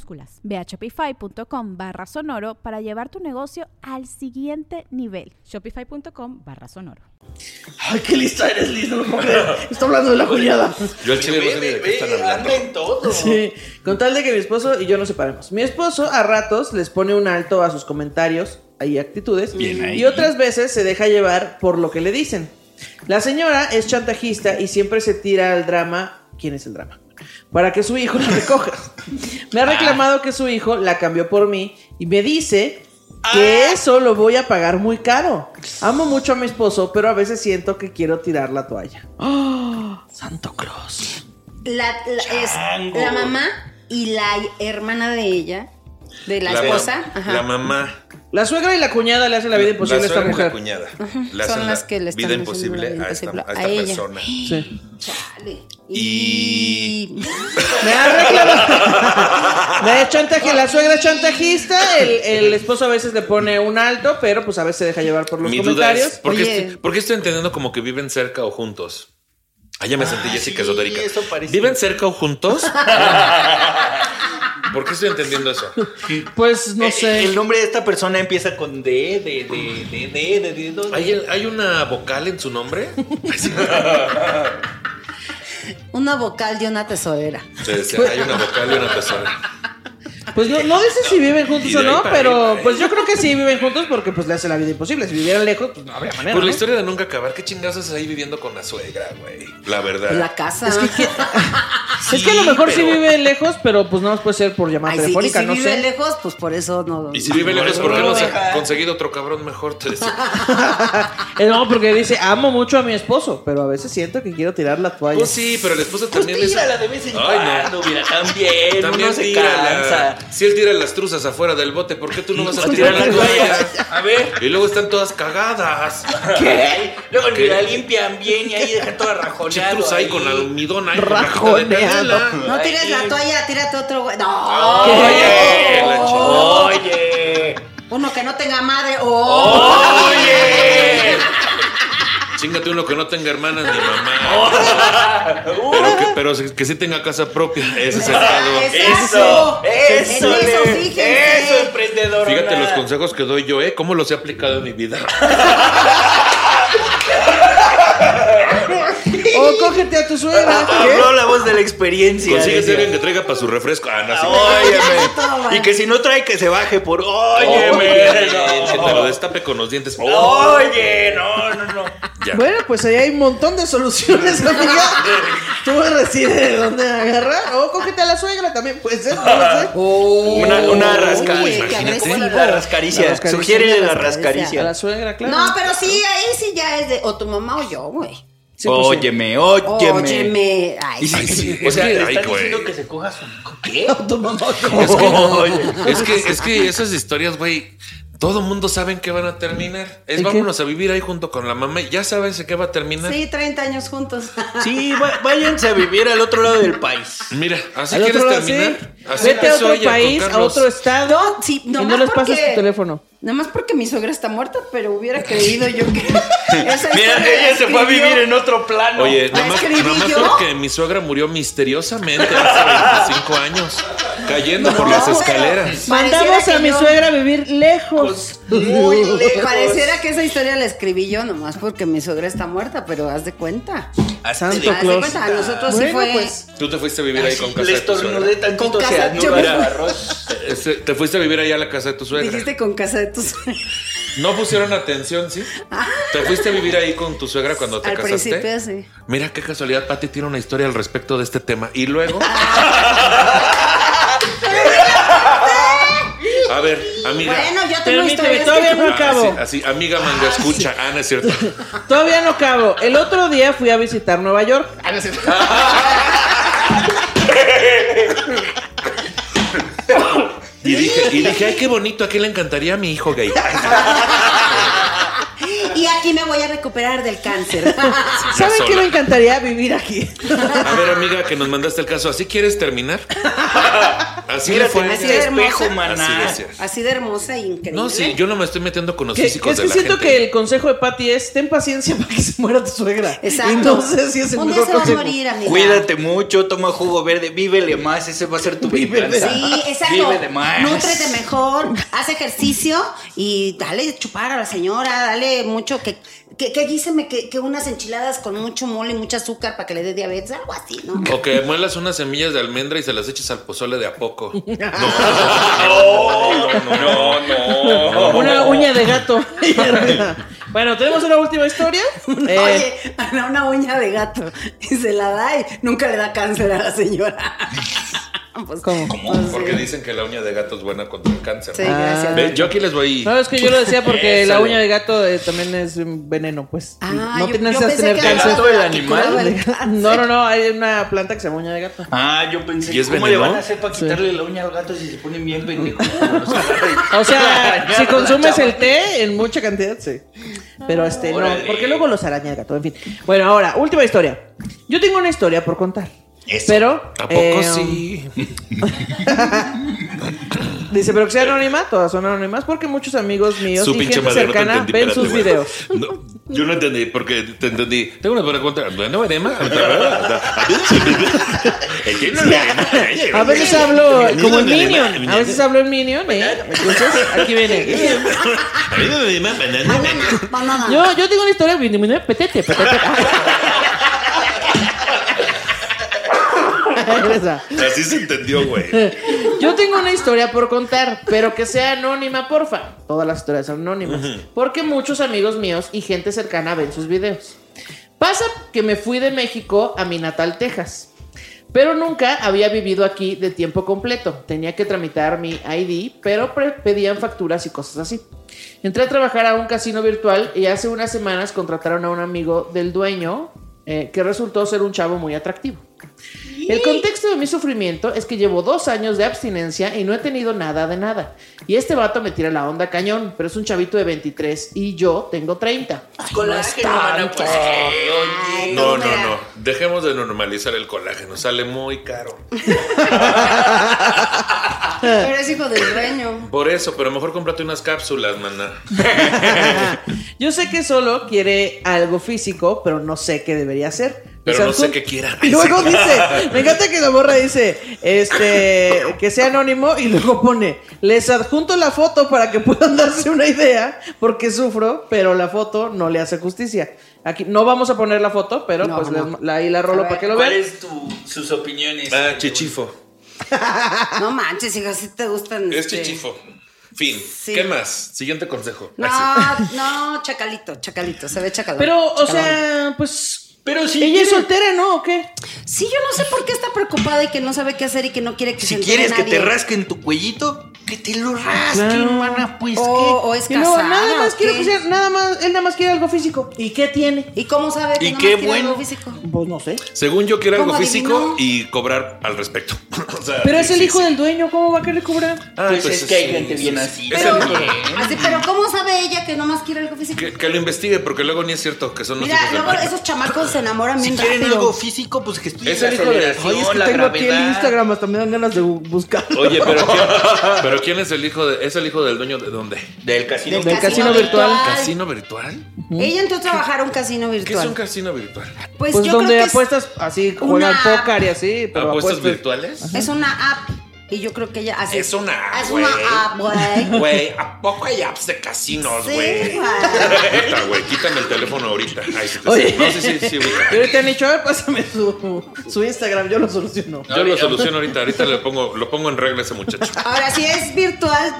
Speaker 6: Ve a shopify.com barra sonoro para llevar tu negocio al siguiente nivel.
Speaker 7: Shopify.com barra sonoro.
Speaker 1: Ay, qué lista eres, Liz. no mames. Está hablando de la cuñada.
Speaker 2: Yo al chile no sé ni
Speaker 4: Ve,
Speaker 2: de qué
Speaker 4: ve,
Speaker 2: están
Speaker 4: ve,
Speaker 2: hablando.
Speaker 4: anden todo.
Speaker 1: Sí, con tal de que mi esposo y yo nos separemos. Mi esposo a ratos les pone un alto a sus comentarios y actitudes
Speaker 4: Bien ahí.
Speaker 1: y otras veces se deja llevar por lo que le dicen. La señora es chantajista y siempre se tira al drama. ¿Quién es el drama? Para que su hijo la recoja. Me ha reclamado que su hijo la cambió por mí y me dice que
Speaker 4: Ah.
Speaker 1: eso lo voy a pagar muy caro. Amo mucho a mi esposo, pero a veces siento que quiero tirar la toalla. ¡Oh! Santo Claus.
Speaker 3: La, la- es
Speaker 4: Chango.
Speaker 3: la mamá y la hermana de ella, de la,
Speaker 2: ma-
Speaker 3: esposa, ajá,
Speaker 2: La mamá.
Speaker 1: La suegra y la cuñada le hacen la vida imposible a
Speaker 2: la
Speaker 1: esta
Speaker 2: suegra y
Speaker 1: mujer.
Speaker 2: la cuñada.
Speaker 3: Son
Speaker 2: hacen
Speaker 3: las que le
Speaker 2: vida
Speaker 3: están haciendo
Speaker 2: imposible
Speaker 3: la vida
Speaker 2: a esta,
Speaker 3: imposible
Speaker 2: a esta
Speaker 3: a ella.
Speaker 2: persona.
Speaker 1: Sí.
Speaker 3: chale.
Speaker 2: Y-
Speaker 3: Y-
Speaker 1: Me ha reclamado. Me ha chantaje, la suegra es chantajista, el, el esposo a veces le pone un alto, pero pues a veces se deja llevar por los
Speaker 2: Mi duda
Speaker 1: comentarios.
Speaker 2: es, ¿por qué,
Speaker 3: Oye.
Speaker 2: estoy, por qué estoy entendiendo como que viven cerca o juntos? Ah, ya me sentí Jessica
Speaker 4: sí,
Speaker 2: Esotérica.
Speaker 4: eso parece.
Speaker 2: ¿Viven cerca o juntos? ¿Por qué estoy entendiendo eso?
Speaker 1: Pues no
Speaker 4: Eh,
Speaker 1: sé.
Speaker 4: El nombre de esta persona empieza con D, D, D, D, D, D, D, D.
Speaker 2: ¿Hay, hay una vocal en su nombre? Ay, sí.
Speaker 3: una vocal de una tesorera.
Speaker 2: Se decía, hay una vocal y una persona.
Speaker 1: Pues no, no dice si viven juntos
Speaker 2: Y de
Speaker 1: o
Speaker 2: ahí
Speaker 1: no,
Speaker 2: para
Speaker 1: pero
Speaker 2: arriba,
Speaker 1: pues yo creo que sí viven juntos porque pues le hace la vida imposible. Si vivieran lejos, pues no habría manera.
Speaker 2: Por la
Speaker 1: ¿no?
Speaker 2: historia de nunca acabar, ¿qué chingados es ahí viviendo con la suegra, güey? La verdad.
Speaker 3: La casa.
Speaker 1: Es que, ¿qué- es que a lo
Speaker 2: Sí,
Speaker 1: mejor sí
Speaker 2: pero-
Speaker 1: vive lejos, pero pues nada más puede ser por llamada
Speaker 3: Ay, sí, y
Speaker 1: telefónica,
Speaker 3: si
Speaker 1: no
Speaker 3: vive
Speaker 1: sé.
Speaker 3: lejos, pues por eso no.
Speaker 2: Y si vive lejos, ¿por qué no se ha
Speaker 4: Deja.
Speaker 2: conseguido otro cabrón mejor? Te decía.
Speaker 1: Eh, no, porque dice, amo mucho a mi esposo, pero a veces siento que quiero tirar la toalla.
Speaker 2: Pues sí, pero la esposa
Speaker 4: Pues
Speaker 2: también es.
Speaker 4: tírala de vez en
Speaker 2: Ay, no.
Speaker 4: cuando, mira, también.
Speaker 2: También
Speaker 4: uno se
Speaker 2: tira
Speaker 4: cansa.
Speaker 2: la, Si él tira las truzas afuera del bote, ¿por qué tú no vas a
Speaker 4: Pues
Speaker 2: tirar la
Speaker 4: tírala,
Speaker 2: toalla?
Speaker 4: güey. A ver.
Speaker 2: Y luego están todas cagadas.
Speaker 4: Ay, Luego ni
Speaker 2: ¿Qué?
Speaker 4: la limpian bien y ahí deja toda rajoneada.
Speaker 2: Chetruz ahí con almidón ahí.
Speaker 1: Rajoneado.
Speaker 3: No tires la
Speaker 4: Ay. eh.
Speaker 3: toalla, tírate otro güey. No.
Speaker 2: Oye, la chingada.
Speaker 4: Oye.
Speaker 3: Uno que no tenga madre. Oh.
Speaker 2: Oye. Eh. Chingate uno que no tenga hermanas ni mamá. Pero que, pero si- que sí tenga casa propia. Ese es el pedo.
Speaker 4: Eso,
Speaker 3: Eso,
Speaker 4: eso,
Speaker 3: en eso
Speaker 4: le-
Speaker 3: fíjense.
Speaker 4: eso, emprendedor.
Speaker 2: Fíjate los consejos que doy yo, ¿eh? ¿Cómo los he aplicado en mi vida?
Speaker 1: O cógete a tu suegra.
Speaker 2: Ah,
Speaker 4: Habló la voz de la experiencia.
Speaker 2: Consíguete
Speaker 4: decía.
Speaker 2: alguien que traiga para su refresco. Ah, no, sí.
Speaker 4: Óyeme. Y que si no trae, que se baje por.
Speaker 2: Oye,
Speaker 4: Óyeme.
Speaker 2: que te lo
Speaker 4: no.
Speaker 2: destape con los dientes.
Speaker 4: Oye, no, no, no.
Speaker 2: Ya.
Speaker 1: Bueno, pues ahí hay un montón de soluciones, amiga. Tú decides de dónde agarrar. O cógete a la suegra también, puede ser. No lo sé.
Speaker 4: Una, una rasca-
Speaker 3: Uy, qué
Speaker 2: imagínate.
Speaker 3: agresivo.
Speaker 4: La rascaricia.
Speaker 1: rascaricia,
Speaker 4: Sugiere
Speaker 1: la
Speaker 4: la
Speaker 3: rascaricia.
Speaker 1: A la
Speaker 4: rascaricia.
Speaker 1: suegra, claro.
Speaker 3: No, pero sí, ahí sí ya es de o tu mamá o yo, güey.
Speaker 1: Sí, pues, sí.
Speaker 4: óyeme.
Speaker 3: Óyeme. Ay,
Speaker 4: Y si-
Speaker 3: sí.
Speaker 4: si-
Speaker 2: O
Speaker 4: O sea,
Speaker 2: sea,
Speaker 4: le
Speaker 2: ay,
Speaker 4: están
Speaker 2: güey.
Speaker 4: diciendo que se coja su hijo. ¿Qué?
Speaker 1: Tu mamá, ¿cómo?
Speaker 2: Es
Speaker 4: Oye.
Speaker 2: que, es que, es que esas historias, güey, todo mundo sabe en qué van a terminar. Es
Speaker 1: ¿En qué?
Speaker 2: vámonos a vivir ahí junto con la mamá. y Ya sabes en qué va a terminar.
Speaker 3: Sí, 30 años juntos.
Speaker 4: Sí, va- váyanse a vivir al otro lado del país.
Speaker 2: Mira, así
Speaker 1: Al
Speaker 2: quieres
Speaker 1: otro lado,
Speaker 2: terminar.
Speaker 1: sí.
Speaker 2: Así
Speaker 1: Vete a otro
Speaker 2: empezó ella con
Speaker 1: país, a
Speaker 2: Carlos.
Speaker 1: otro estado.
Speaker 3: No, sí,
Speaker 1: y no
Speaker 3: nomás
Speaker 1: les pasas
Speaker 3: porque-
Speaker 1: tu teléfono.
Speaker 3: Nada más porque mi suegra está muerta, pero hubiera creído yo que. esa
Speaker 4: Mira,
Speaker 3: historia la
Speaker 4: ella se fue a
Speaker 3: escribió.
Speaker 4: vivir en otro plano.
Speaker 2: Oye,
Speaker 3: ¿La
Speaker 2: nada más,
Speaker 3: escribí
Speaker 2: nada más
Speaker 3: yo?
Speaker 2: porque mi suegra murió misteriosamente hace 25 años, cayendo por
Speaker 3: No,
Speaker 2: las
Speaker 3: pero
Speaker 2: escaleras.
Speaker 3: pareciera
Speaker 1: Mandamos a
Speaker 3: que
Speaker 1: mi
Speaker 3: yo-
Speaker 1: suegra a vivir lejos.
Speaker 2: Pues,
Speaker 4: Muy lejos.
Speaker 3: Pareciera que esa historia la escribí yo nomás porque mi suegra está muerta, pero haz de cuenta.
Speaker 4: Hazte
Speaker 1: Santo
Speaker 4: de-
Speaker 3: Haz de cuenta, a nosotros sí
Speaker 1: Bueno,
Speaker 3: fue.
Speaker 1: pues.
Speaker 2: Tú te fuiste a vivir ahí con casa
Speaker 4: Le
Speaker 2: de tu
Speaker 4: estornudé
Speaker 2: suegra.
Speaker 4: tantito,
Speaker 3: Con
Speaker 4: se
Speaker 3: casa- yo
Speaker 4: anuda
Speaker 3: me-
Speaker 4: el arroz.
Speaker 2: Este, Te fuiste a vivir allá a la casa de tu suegra.
Speaker 3: Dijiste con casa de tus.
Speaker 2: No pusieron atención, ¿sí?
Speaker 1: Ah.
Speaker 2: ¿Te fuiste a vivir ahí con tu suegra cuando te
Speaker 3: Al
Speaker 2: casaste?
Speaker 3: principio, sí.
Speaker 2: Mira qué casualidad, Pati tiene una historia al respecto de este tema. Y luego. a ver, amiga.
Speaker 3: Bueno, yo tengo
Speaker 1: Permíteme,
Speaker 3: historias
Speaker 1: todavía
Speaker 3: que
Speaker 1: no acabo.
Speaker 2: Ah, sí, así, amiga manga, escucha. Ah, no es cierto.
Speaker 1: Todavía no acabo. El otro día fui a visitar Nueva York.
Speaker 2: Y dije, y dije, ay, qué bonito, ¿a qué le encantaría a mi hijo gay?
Speaker 3: Y aquí me voy a recuperar del cáncer.
Speaker 1: ¿Saben
Speaker 2: Ah, sola.
Speaker 1: qué me encantaría vivir aquí?
Speaker 2: A ver, amiga, que nos mandaste el caso, ¿así quieres terminar? Así le
Speaker 4: Mírate
Speaker 2: fue.
Speaker 4: en
Speaker 3: así
Speaker 4: ese
Speaker 3: de hermosa.
Speaker 4: espejo,
Speaker 2: Así
Speaker 4: maná.
Speaker 2: decía.
Speaker 3: Así de hermosa e increíble.
Speaker 2: No, sí, yo no me estoy metiendo con los
Speaker 1: Que-
Speaker 2: físicos
Speaker 1: es
Speaker 2: de
Speaker 1: que
Speaker 2: la
Speaker 1: siento
Speaker 2: gente.
Speaker 1: que el consejo de Patty es ten paciencia para que se muera tu suegra.
Speaker 3: Exacto.
Speaker 1: Y no sé si es el
Speaker 3: Un día
Speaker 1: mejor
Speaker 3: se va a
Speaker 1: consejo.
Speaker 3: morir, amiga.
Speaker 4: Cuídate mucho, toma jugo verde, vívele más, ese va a ser tu
Speaker 1: Vívele.
Speaker 4: venganza.
Speaker 3: Sí, exacto.
Speaker 4: Vívele más.
Speaker 3: Nútrete mejor, haz ejercicio y dale chupar a la señora, dale mucho que que, que díceme que, que unas enchiladas con mucho mole y mucho azúcar para que le dé diabetes, algo así, ¿no?
Speaker 2: O que muelas unas semillas de almendra y se las eches al pozole de a poco.
Speaker 4: No, no, no, no.
Speaker 1: Una uña de gato. bueno, tenemos una última historia. Eh,
Speaker 3: Oye, a la- una uña de gato y se la da y nunca le da cáncer a la señora. Pues,
Speaker 1: ¿Cómo?
Speaker 3: pues,
Speaker 2: Porque
Speaker 3: sí.
Speaker 2: dicen que la uña de gato es buena contra el cáncer.
Speaker 3: Sí, gracias.
Speaker 2: Ve, Yo aquí les voy.
Speaker 1: No, es que yo lo decía porque la
Speaker 4: Sale.
Speaker 1: uña de gato eh, también es un veneno, pues.
Speaker 3: Ah,
Speaker 1: no
Speaker 3: yo-
Speaker 1: tienes
Speaker 3: yo
Speaker 1: que
Speaker 3: pensé
Speaker 1: tener
Speaker 3: que era
Speaker 1: cáncer.
Speaker 4: gato el
Speaker 3: que
Speaker 4: animal.
Speaker 3: curaba el cáncer.
Speaker 1: No, no, no, hay una planta que se llama uña de gato.
Speaker 4: Ah, yo pensé,
Speaker 2: ¿Y es
Speaker 4: ¿cómo
Speaker 2: veneno?
Speaker 4: le van a hacer para quitarle la uña al gato si se ponen bien pendejos?
Speaker 1: O sea, si consumes el té en mucha cantidad, sí. Pero este, no,
Speaker 4: Órale.
Speaker 1: porque luego los araña el gato, en fin. Bueno, ahora, última historia. Yo tengo una historia por contar.
Speaker 4: Eso.
Speaker 1: Pero.
Speaker 2: ¿A poco
Speaker 1: eh,
Speaker 2: sí?
Speaker 1: Dice, pero que sea anónima, todas son anónimas porque muchos amigos míos
Speaker 2: Su
Speaker 1: y
Speaker 2: pinche
Speaker 1: gente
Speaker 2: madre, no te
Speaker 1: cercana
Speaker 2: entendí.
Speaker 1: ven
Speaker 2: espérate,
Speaker 1: sus
Speaker 2: güey.
Speaker 1: videos.
Speaker 2: No, yo no entendí, porque te entendí. Tengo una pregunta. ¿No verema? Entiendo verema.
Speaker 1: A veces hablo como en Minion, a veces hablo en Minion, ¿eh? Entonces, aquí viene.
Speaker 3: Banana, banana.
Speaker 1: Yo, yo tengo una historia, petete, petete. Esa.
Speaker 2: Así se entendió, güey.
Speaker 1: Yo tengo una historia por contar, pero que sea anónima, porfa. Todas las historias son anónimas. Porque muchos amigos míos y gente cercana ven sus videos. Pasa que me fui de México a mi natal Texas. Pero nunca había vivido aquí de tiempo completo. Tenía que tramitar mi ID, pero pre- pedían facturas y cosas así. Entré a trabajar a un casino virtual y hace unas semanas contrataron a un amigo del dueño eh, que resultó ser un chavo muy atractivo. El contexto de mi sufrimiento es que llevo dos años de abstinencia y no he tenido nada de nada. Y este vato me tira la onda cañón, pero es un chavito de 23 y yo tengo 30.
Speaker 3: Colágeno,
Speaker 4: Ah,
Speaker 1: tanto.
Speaker 3: mano, pues, eh, oye.
Speaker 2: No, no,
Speaker 3: mira.
Speaker 2: no. Dejemos de normalizar el colágeno. Sale muy caro.
Speaker 3: Pero es hijo del dueño.
Speaker 2: Por eso, pero mejor cómprate unas cápsulas, maná.
Speaker 1: Yo sé que solo quiere algo físico, pero no sé qué debería ser.
Speaker 2: Pero
Speaker 1: Pues,
Speaker 2: no sé
Speaker 1: Arturo-
Speaker 2: qué quiera.
Speaker 1: Y luego dice, me encanta que la borra dice, este, que sea anónimo y luego pone, les adjunto la foto para que puedan darse una idea, porque sufro, pero la foto no le hace justicia. Aquí no vamos a poner la foto, pero
Speaker 3: No,
Speaker 1: pues
Speaker 3: no.
Speaker 1: les- la, ahí la rolo
Speaker 3: A ver,
Speaker 1: para que lo vean.
Speaker 4: ¿Cuáles sus opiniones?
Speaker 2: Ah, chichifo.
Speaker 3: No manches, hija, si te gustan.
Speaker 2: Es
Speaker 3: este-
Speaker 2: chichifo. Fin.
Speaker 3: Sí.
Speaker 2: ¿Qué más? Siguiente consejo.
Speaker 3: No,
Speaker 2: Ah,
Speaker 3: no, chacalito, chacalito, se ve chacalón.
Speaker 1: Pero, o
Speaker 3: chacalón.
Speaker 1: sea, pues,
Speaker 4: Pero si
Speaker 1: ella es
Speaker 4: quiere-
Speaker 1: soltera, ¿no? ¿O qué?
Speaker 3: Sí, yo no sé por qué está preocupada y que no sabe qué hacer y que no quiere que se
Speaker 5: Si
Speaker 3: entere
Speaker 5: quieres que te
Speaker 3: nadie.
Speaker 5: rasquen tu cuellito, que te lo rasquen,
Speaker 1: Claro.
Speaker 5: mana, pues
Speaker 3: O,
Speaker 5: ¿qué?
Speaker 3: o es
Speaker 1: Y luego,
Speaker 3: casada.
Speaker 1: nada más
Speaker 3: ¿o
Speaker 1: quiero
Speaker 3: qué?
Speaker 1: que sea, nada más, él nada más quiere algo físico. ¿Y qué tiene?
Speaker 3: ¿Y cómo sabe que
Speaker 5: Y
Speaker 3: no
Speaker 5: qué
Speaker 3: más
Speaker 5: bueno.
Speaker 3: algo físico?
Speaker 1: Pues no sé.
Speaker 2: sí. Según yo quiero algo
Speaker 3: ¿Cómo
Speaker 2: físico
Speaker 3: adivinó?
Speaker 2: y cobrar al respecto. O sea,
Speaker 1: Pero es el
Speaker 2: sí,
Speaker 1: hijo
Speaker 2: sí.
Speaker 1: del dueño, ¿cómo va a querer cobrar?
Speaker 2: Ah,
Speaker 4: Pues es que hay
Speaker 2: sí,
Speaker 4: gente bien
Speaker 2: sí,
Speaker 4: así.
Speaker 2: sí. Es
Speaker 3: Pero,
Speaker 2: el hijo.
Speaker 3: así, pero ¿cómo sabe ella que no más quiere algo físico?
Speaker 2: Que, que lo investigue, porque luego ni es cierto que son los
Speaker 3: Mira,
Speaker 2: hijos del
Speaker 3: luego
Speaker 2: dueño.
Speaker 3: esos chamacos se enamoran
Speaker 5: pues, Si
Speaker 3: bien
Speaker 5: quieren
Speaker 3: rápido.
Speaker 5: algo físico, pues que estudien
Speaker 2: Es
Speaker 5: la
Speaker 2: el hijo de-
Speaker 5: toleración,
Speaker 1: Ay, es que
Speaker 5: la
Speaker 1: tengo aquí el
Speaker 5: gravedad.
Speaker 1: Instagram, hasta me dan ganas de bu- buscar.
Speaker 2: Oye, pero ¿quién, pero quién es el hijo de, es el hijo del dueño de dónde?
Speaker 4: Del casino.
Speaker 3: Del
Speaker 1: casino virtual.
Speaker 2: ¿Casino virtual?
Speaker 3: Ella entró a trabajar a un casino
Speaker 2: ¿Qué es un
Speaker 3: virtual.
Speaker 2: casino virtual?
Speaker 3: pues,
Speaker 1: Pues
Speaker 3: yo
Speaker 1: donde
Speaker 3: creo que es-
Speaker 1: apuestas así, juegan
Speaker 3: una-
Speaker 1: póker y así, pero
Speaker 2: ¿Apuestas
Speaker 1: apuestas
Speaker 2: virtuales?
Speaker 3: es, una app. Y yo creo que ella hace.
Speaker 2: Es una app,
Speaker 3: Es una
Speaker 2: Ah, güey.
Speaker 3: app, güey.
Speaker 2: Güey, ¿a poco hay apps de casinos,
Speaker 3: Sí,
Speaker 2: güey?
Speaker 3: güey.
Speaker 2: Puta, güey, quítame el teléfono ahorita. Ay, sí, te-
Speaker 1: Oye.
Speaker 2: No, sí, sí, sí, güey.
Speaker 1: Y ahorita han dicho, a ver, pásame su, su Instagram, yo lo soluciono.
Speaker 2: Yo lo soluciono ahorita, ahorita le pongo, lo pongo en regla a ese muchacho.
Speaker 3: Ahora, si es virtual,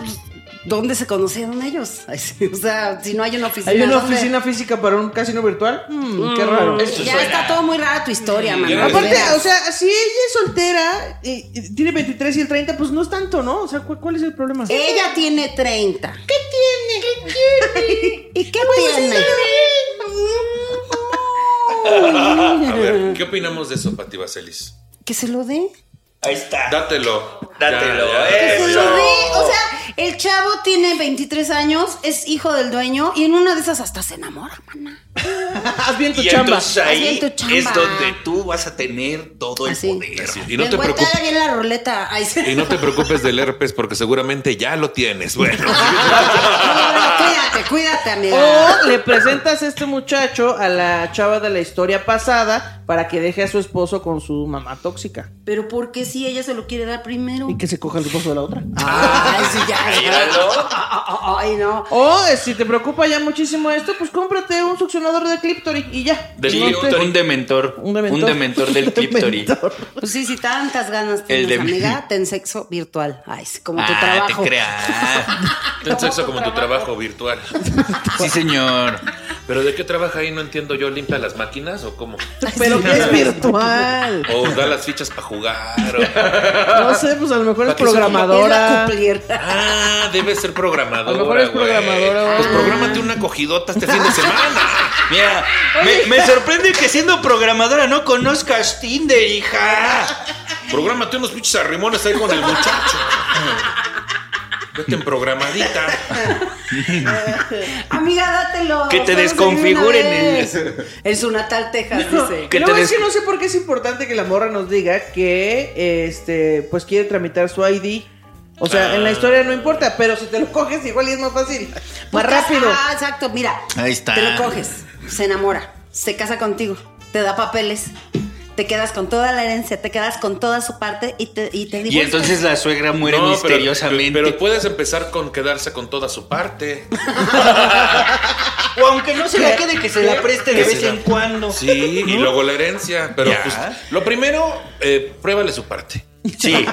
Speaker 3: ¿dónde se conocieron ellos? Ay, sí, O sea, si no hay una oficina.
Speaker 1: ¿Hay una
Speaker 3: ¿dónde?
Speaker 1: oficina física para un casino virtual? Mm, qué raro.
Speaker 4: Eso
Speaker 3: Ya
Speaker 4: suena.
Speaker 3: está todo muy rara tu historia, mano.
Speaker 2: ya
Speaker 3: de
Speaker 2: no
Speaker 1: Aparte,
Speaker 3: veras.
Speaker 1: o sea, si ella es soltera, y, y tiene 23 y el 30, pues no es tanto, ¿no? O sea, ¿cu- ¿cuál es el problema?
Speaker 3: ella tiene 30.
Speaker 1: ¿Qué tiene? ¿Qué
Speaker 3: ¿Y qué
Speaker 1: tiene?
Speaker 2: Pues
Speaker 3: tiene?
Speaker 2: A ver, ¿qué opinamos de eso, Pati Vaselis?
Speaker 3: Que se lo dé.
Speaker 4: Ahí está.
Speaker 2: Dátelo.
Speaker 4: Dátelo,
Speaker 2: Ya,
Speaker 3: Que
Speaker 2: ya,
Speaker 3: se
Speaker 4: Eso.
Speaker 3: lo dé. O sea, el chavo tiene 23 años, es hijo del dueño y en una de esas hasta se enamora, mana.
Speaker 1: Haz bien tu
Speaker 5: Y
Speaker 1: chamba.
Speaker 5: entonces
Speaker 3: Haz
Speaker 5: ahí
Speaker 3: bien tu chamba.
Speaker 5: es donde tú vas a tener todo el
Speaker 3: Así.
Speaker 5: poder.
Speaker 2: Así. Y no
Speaker 3: Le
Speaker 2: te
Speaker 3: encuentra
Speaker 2: preocupes.
Speaker 3: bien la ruleta. Ay, sí.
Speaker 2: Y no te preocupes del herpes porque seguramente ya lo tienes. Bueno,
Speaker 3: No, no, cuídate, cuídate, amiga.
Speaker 1: O le presentas a este muchacho a la chava de la historia pasada para que deje a su esposo con su mamá tóxica
Speaker 3: Pero ¿por qué si ella se lo quiere dar primero?
Speaker 1: y que se coja el esposo de la otra.
Speaker 3: Ah.
Speaker 5: Ah,
Speaker 3: Ay, sí, ya. Ay, no.
Speaker 1: O eh, si te preocupa ya muchísimo esto, pues cómprate un succionador de clíptori y ya.
Speaker 4: Del
Speaker 1: No te-
Speaker 4: clíptori.
Speaker 5: Un dementor.
Speaker 1: Un dementor.
Speaker 5: Un dementor del Cliptory.
Speaker 1: Dementor.
Speaker 3: Pues sí, si tantas ganas
Speaker 5: El
Speaker 3: tienes,
Speaker 5: de-
Speaker 3: amiga, ten sexo virtual. Ay, sí, como tu
Speaker 5: Ah, te
Speaker 3: trabajo.
Speaker 5: creas.
Speaker 2: ten sexo como tu trabajo virtual.
Speaker 5: Sí, señor.
Speaker 2: Pero ¿de qué trabaja ahí? No entiendo yo. ¿Limpia las máquinas o cómo?
Speaker 1: Pero que es virtual.
Speaker 2: O da las fichas para jugar. o-
Speaker 1: No sé, pues a lo mejor es
Speaker 2: ¿Para qué se ocupa?
Speaker 1: programadora.
Speaker 3: cumplir.
Speaker 2: Ah, debe ser programadora.
Speaker 1: A lo mejor es
Speaker 2: güey.
Speaker 1: programadora.
Speaker 2: Pues prográmate una cogidota este fin de semana.
Speaker 5: Mira, me, me sorprende que siendo programadora no conozcas Tinder, hija.
Speaker 2: Prográmate unos pinches arrimones ahí con el muchacho. Vete en programadita.
Speaker 3: Amiga, dátelo.
Speaker 5: Que te
Speaker 3: Solo
Speaker 5: desconfiguren
Speaker 3: de una
Speaker 5: el-
Speaker 3: vez. En su natal, Texas, dice.
Speaker 5: que
Speaker 1: Luego
Speaker 5: te
Speaker 1: es
Speaker 5: des-
Speaker 1: que no sé por qué es importante que la morra nos diga que este pues quiere tramitar su ID. O sea,
Speaker 5: Ah.
Speaker 1: en la historia no importa, pero si te lo coges igual y es más fácil. Más
Speaker 3: Porque-
Speaker 1: rápido.
Speaker 3: Ah, exacto, mira.
Speaker 5: Ahí está.
Speaker 3: Te lo coges, se enamora, se casa contigo, te da papeles, te quedas con toda la herencia, te quedas con toda su parte y te, y te
Speaker 5: Y
Speaker 3: divorcias.
Speaker 5: entonces la suegra muere
Speaker 2: No, pero-
Speaker 5: misteriosamente.
Speaker 2: Pero, pues, puedes empezar con quedarse con toda su parte.
Speaker 5: o aunque no se la quede, que se la preste de
Speaker 2: Que se
Speaker 5: vez
Speaker 2: la-
Speaker 5: en cuando.
Speaker 2: Sí, y luego la herencia. Pero
Speaker 5: Ya.
Speaker 2: pues, lo primero, eh, pruébale su parte.
Speaker 4: Sí, la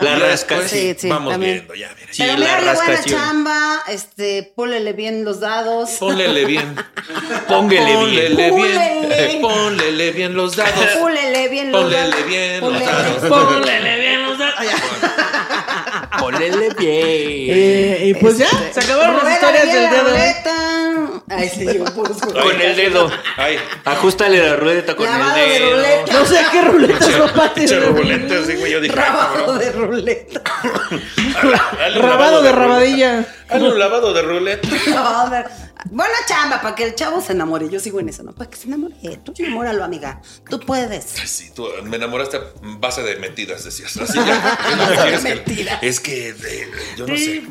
Speaker 2: Ya
Speaker 4: rasca.
Speaker 2: después
Speaker 3: Sí, sí,
Speaker 2: vamos
Speaker 3: también.
Speaker 2: viendo, ya verás.
Speaker 4: Sí,
Speaker 3: Pero
Speaker 4: la
Speaker 3: mira, buena
Speaker 4: rascación.
Speaker 3: chamba, este, pólele bien los dados.
Speaker 2: Pónlele bien.
Speaker 4: Póngale bien.
Speaker 2: Pónlele
Speaker 3: Púlele.
Speaker 2: bien. Pónlele bien los dados.
Speaker 3: Pólele bien los
Speaker 2: Pólele
Speaker 3: dados.
Speaker 2: bien los
Speaker 3: Pólele-
Speaker 2: dados.
Speaker 1: Pónlele bien los datos.
Speaker 4: Ponele bien.
Speaker 1: Eh, y pues ya, se acabaron las
Speaker 3: Ruédale
Speaker 1: historias
Speaker 3: Este, bien
Speaker 1: del
Speaker 3: la
Speaker 1: dedo.
Speaker 3: ruleta. Ay, sí, yo puros
Speaker 4: Con el dedo.
Speaker 2: Ay,
Speaker 4: Ajustale la ruleta con
Speaker 3: Lavado de
Speaker 4: el dedo.
Speaker 3: ruleta.
Speaker 1: No sé a qué ruletas no
Speaker 2: pinche
Speaker 1: patearon.
Speaker 2: ruleta, así, güey. Yo dije, ay,
Speaker 3: Rabado
Speaker 2: cabrón.
Speaker 3: de ruleta.
Speaker 2: Dale un
Speaker 1: Rabado de
Speaker 2: ruleta.
Speaker 1: rabadilla.
Speaker 2: Hazle un lavado de ruleta.
Speaker 3: Lavado de- Buena chamba para que el chavo se enamore. Yo sigo en eso, ¿no? Para que se enamore. eh, Tú enamóralo, amiga. Tú puedes.
Speaker 2: Sí, tú me enamoraste a base de mentiras, decías. Así ya. ¿qué es lo que quieres que-
Speaker 3: Mentiras.
Speaker 2: es que eh, yo no sé.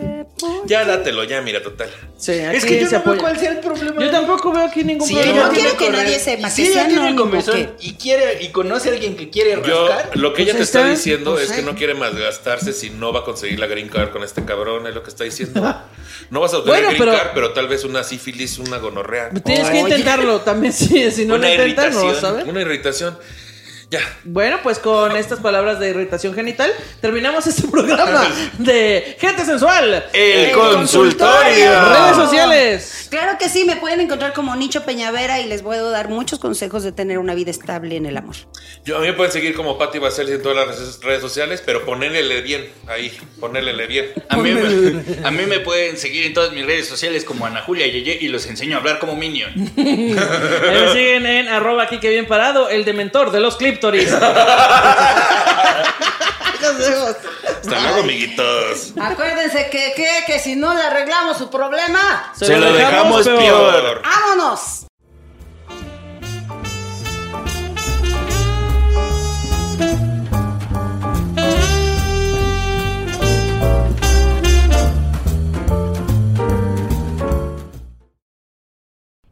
Speaker 2: Ya dátelo, ya, mira, total.
Speaker 1: Sí,
Speaker 5: Es
Speaker 1: aquí
Speaker 5: que yo
Speaker 1: se
Speaker 5: no veo
Speaker 1: apoya.
Speaker 5: cuál sea el problema.
Speaker 1: Yo tampoco veo aquí ningún
Speaker 5: Si
Speaker 3: Pero
Speaker 5: ella
Speaker 3: no
Speaker 1: problema.
Speaker 5: tiene
Speaker 3: quiero que
Speaker 5: correa-
Speaker 3: nadie sepa,
Speaker 5: y
Speaker 3: que
Speaker 5: Si ella
Speaker 3: sea
Speaker 5: tiene
Speaker 3: anónimo,
Speaker 5: comezón y quiere y conoce a alguien que quiere
Speaker 2: Yo,
Speaker 5: rascar.
Speaker 2: lo que ella
Speaker 1: Pues
Speaker 2: te está
Speaker 1: está,
Speaker 2: diciendo
Speaker 1: pues
Speaker 2: es que
Speaker 1: ahí.
Speaker 2: no quiere malgastarse si no va a conseguir la green card con este cabrón, es lo que está diciendo. No vas a obtener
Speaker 1: Bueno,
Speaker 2: green
Speaker 1: pero-
Speaker 2: card, pero tal vez una sífilis, una gonorrea,
Speaker 1: Tienes que
Speaker 3: Oye.
Speaker 1: intentarlo también, sí, si no
Speaker 4: Una
Speaker 1: lo intentas, no lo
Speaker 4: irritación.
Speaker 1: sabes.
Speaker 2: una irritación. Ya.
Speaker 1: Bueno, pues con estas palabras de irritación genital terminamos este programa de Gente Sensual.
Speaker 4: El
Speaker 3: consultorio.
Speaker 4: Ah.
Speaker 1: Redes sociales.
Speaker 3: Claro que sí, me pueden encontrar como Nicho Peñavera y les voy a dar muchos consejos de tener una vida estable en el amor.
Speaker 2: Yo, a mí me pueden seguir como Patti Baselis en todas las redes- redes sociales, pero ponerle bien ahí, ponerle bien.
Speaker 4: Ah,
Speaker 5: A mí, me, a mí me pueden seguir en todas mis redes sociales como Ana Julia Yeye y los enseño a hablar como Minion.
Speaker 1: Ahí me siguen en arroba aquí que bien parado, el dementor de los clíptoris.
Speaker 3: Consejos.
Speaker 2: Hasta luego, amiguitos.
Speaker 3: Acuérdense que, que, que si no le arreglamos su problema,
Speaker 4: Se lo dejamos
Speaker 1: peor.
Speaker 4: peor.
Speaker 3: ¡vámonos!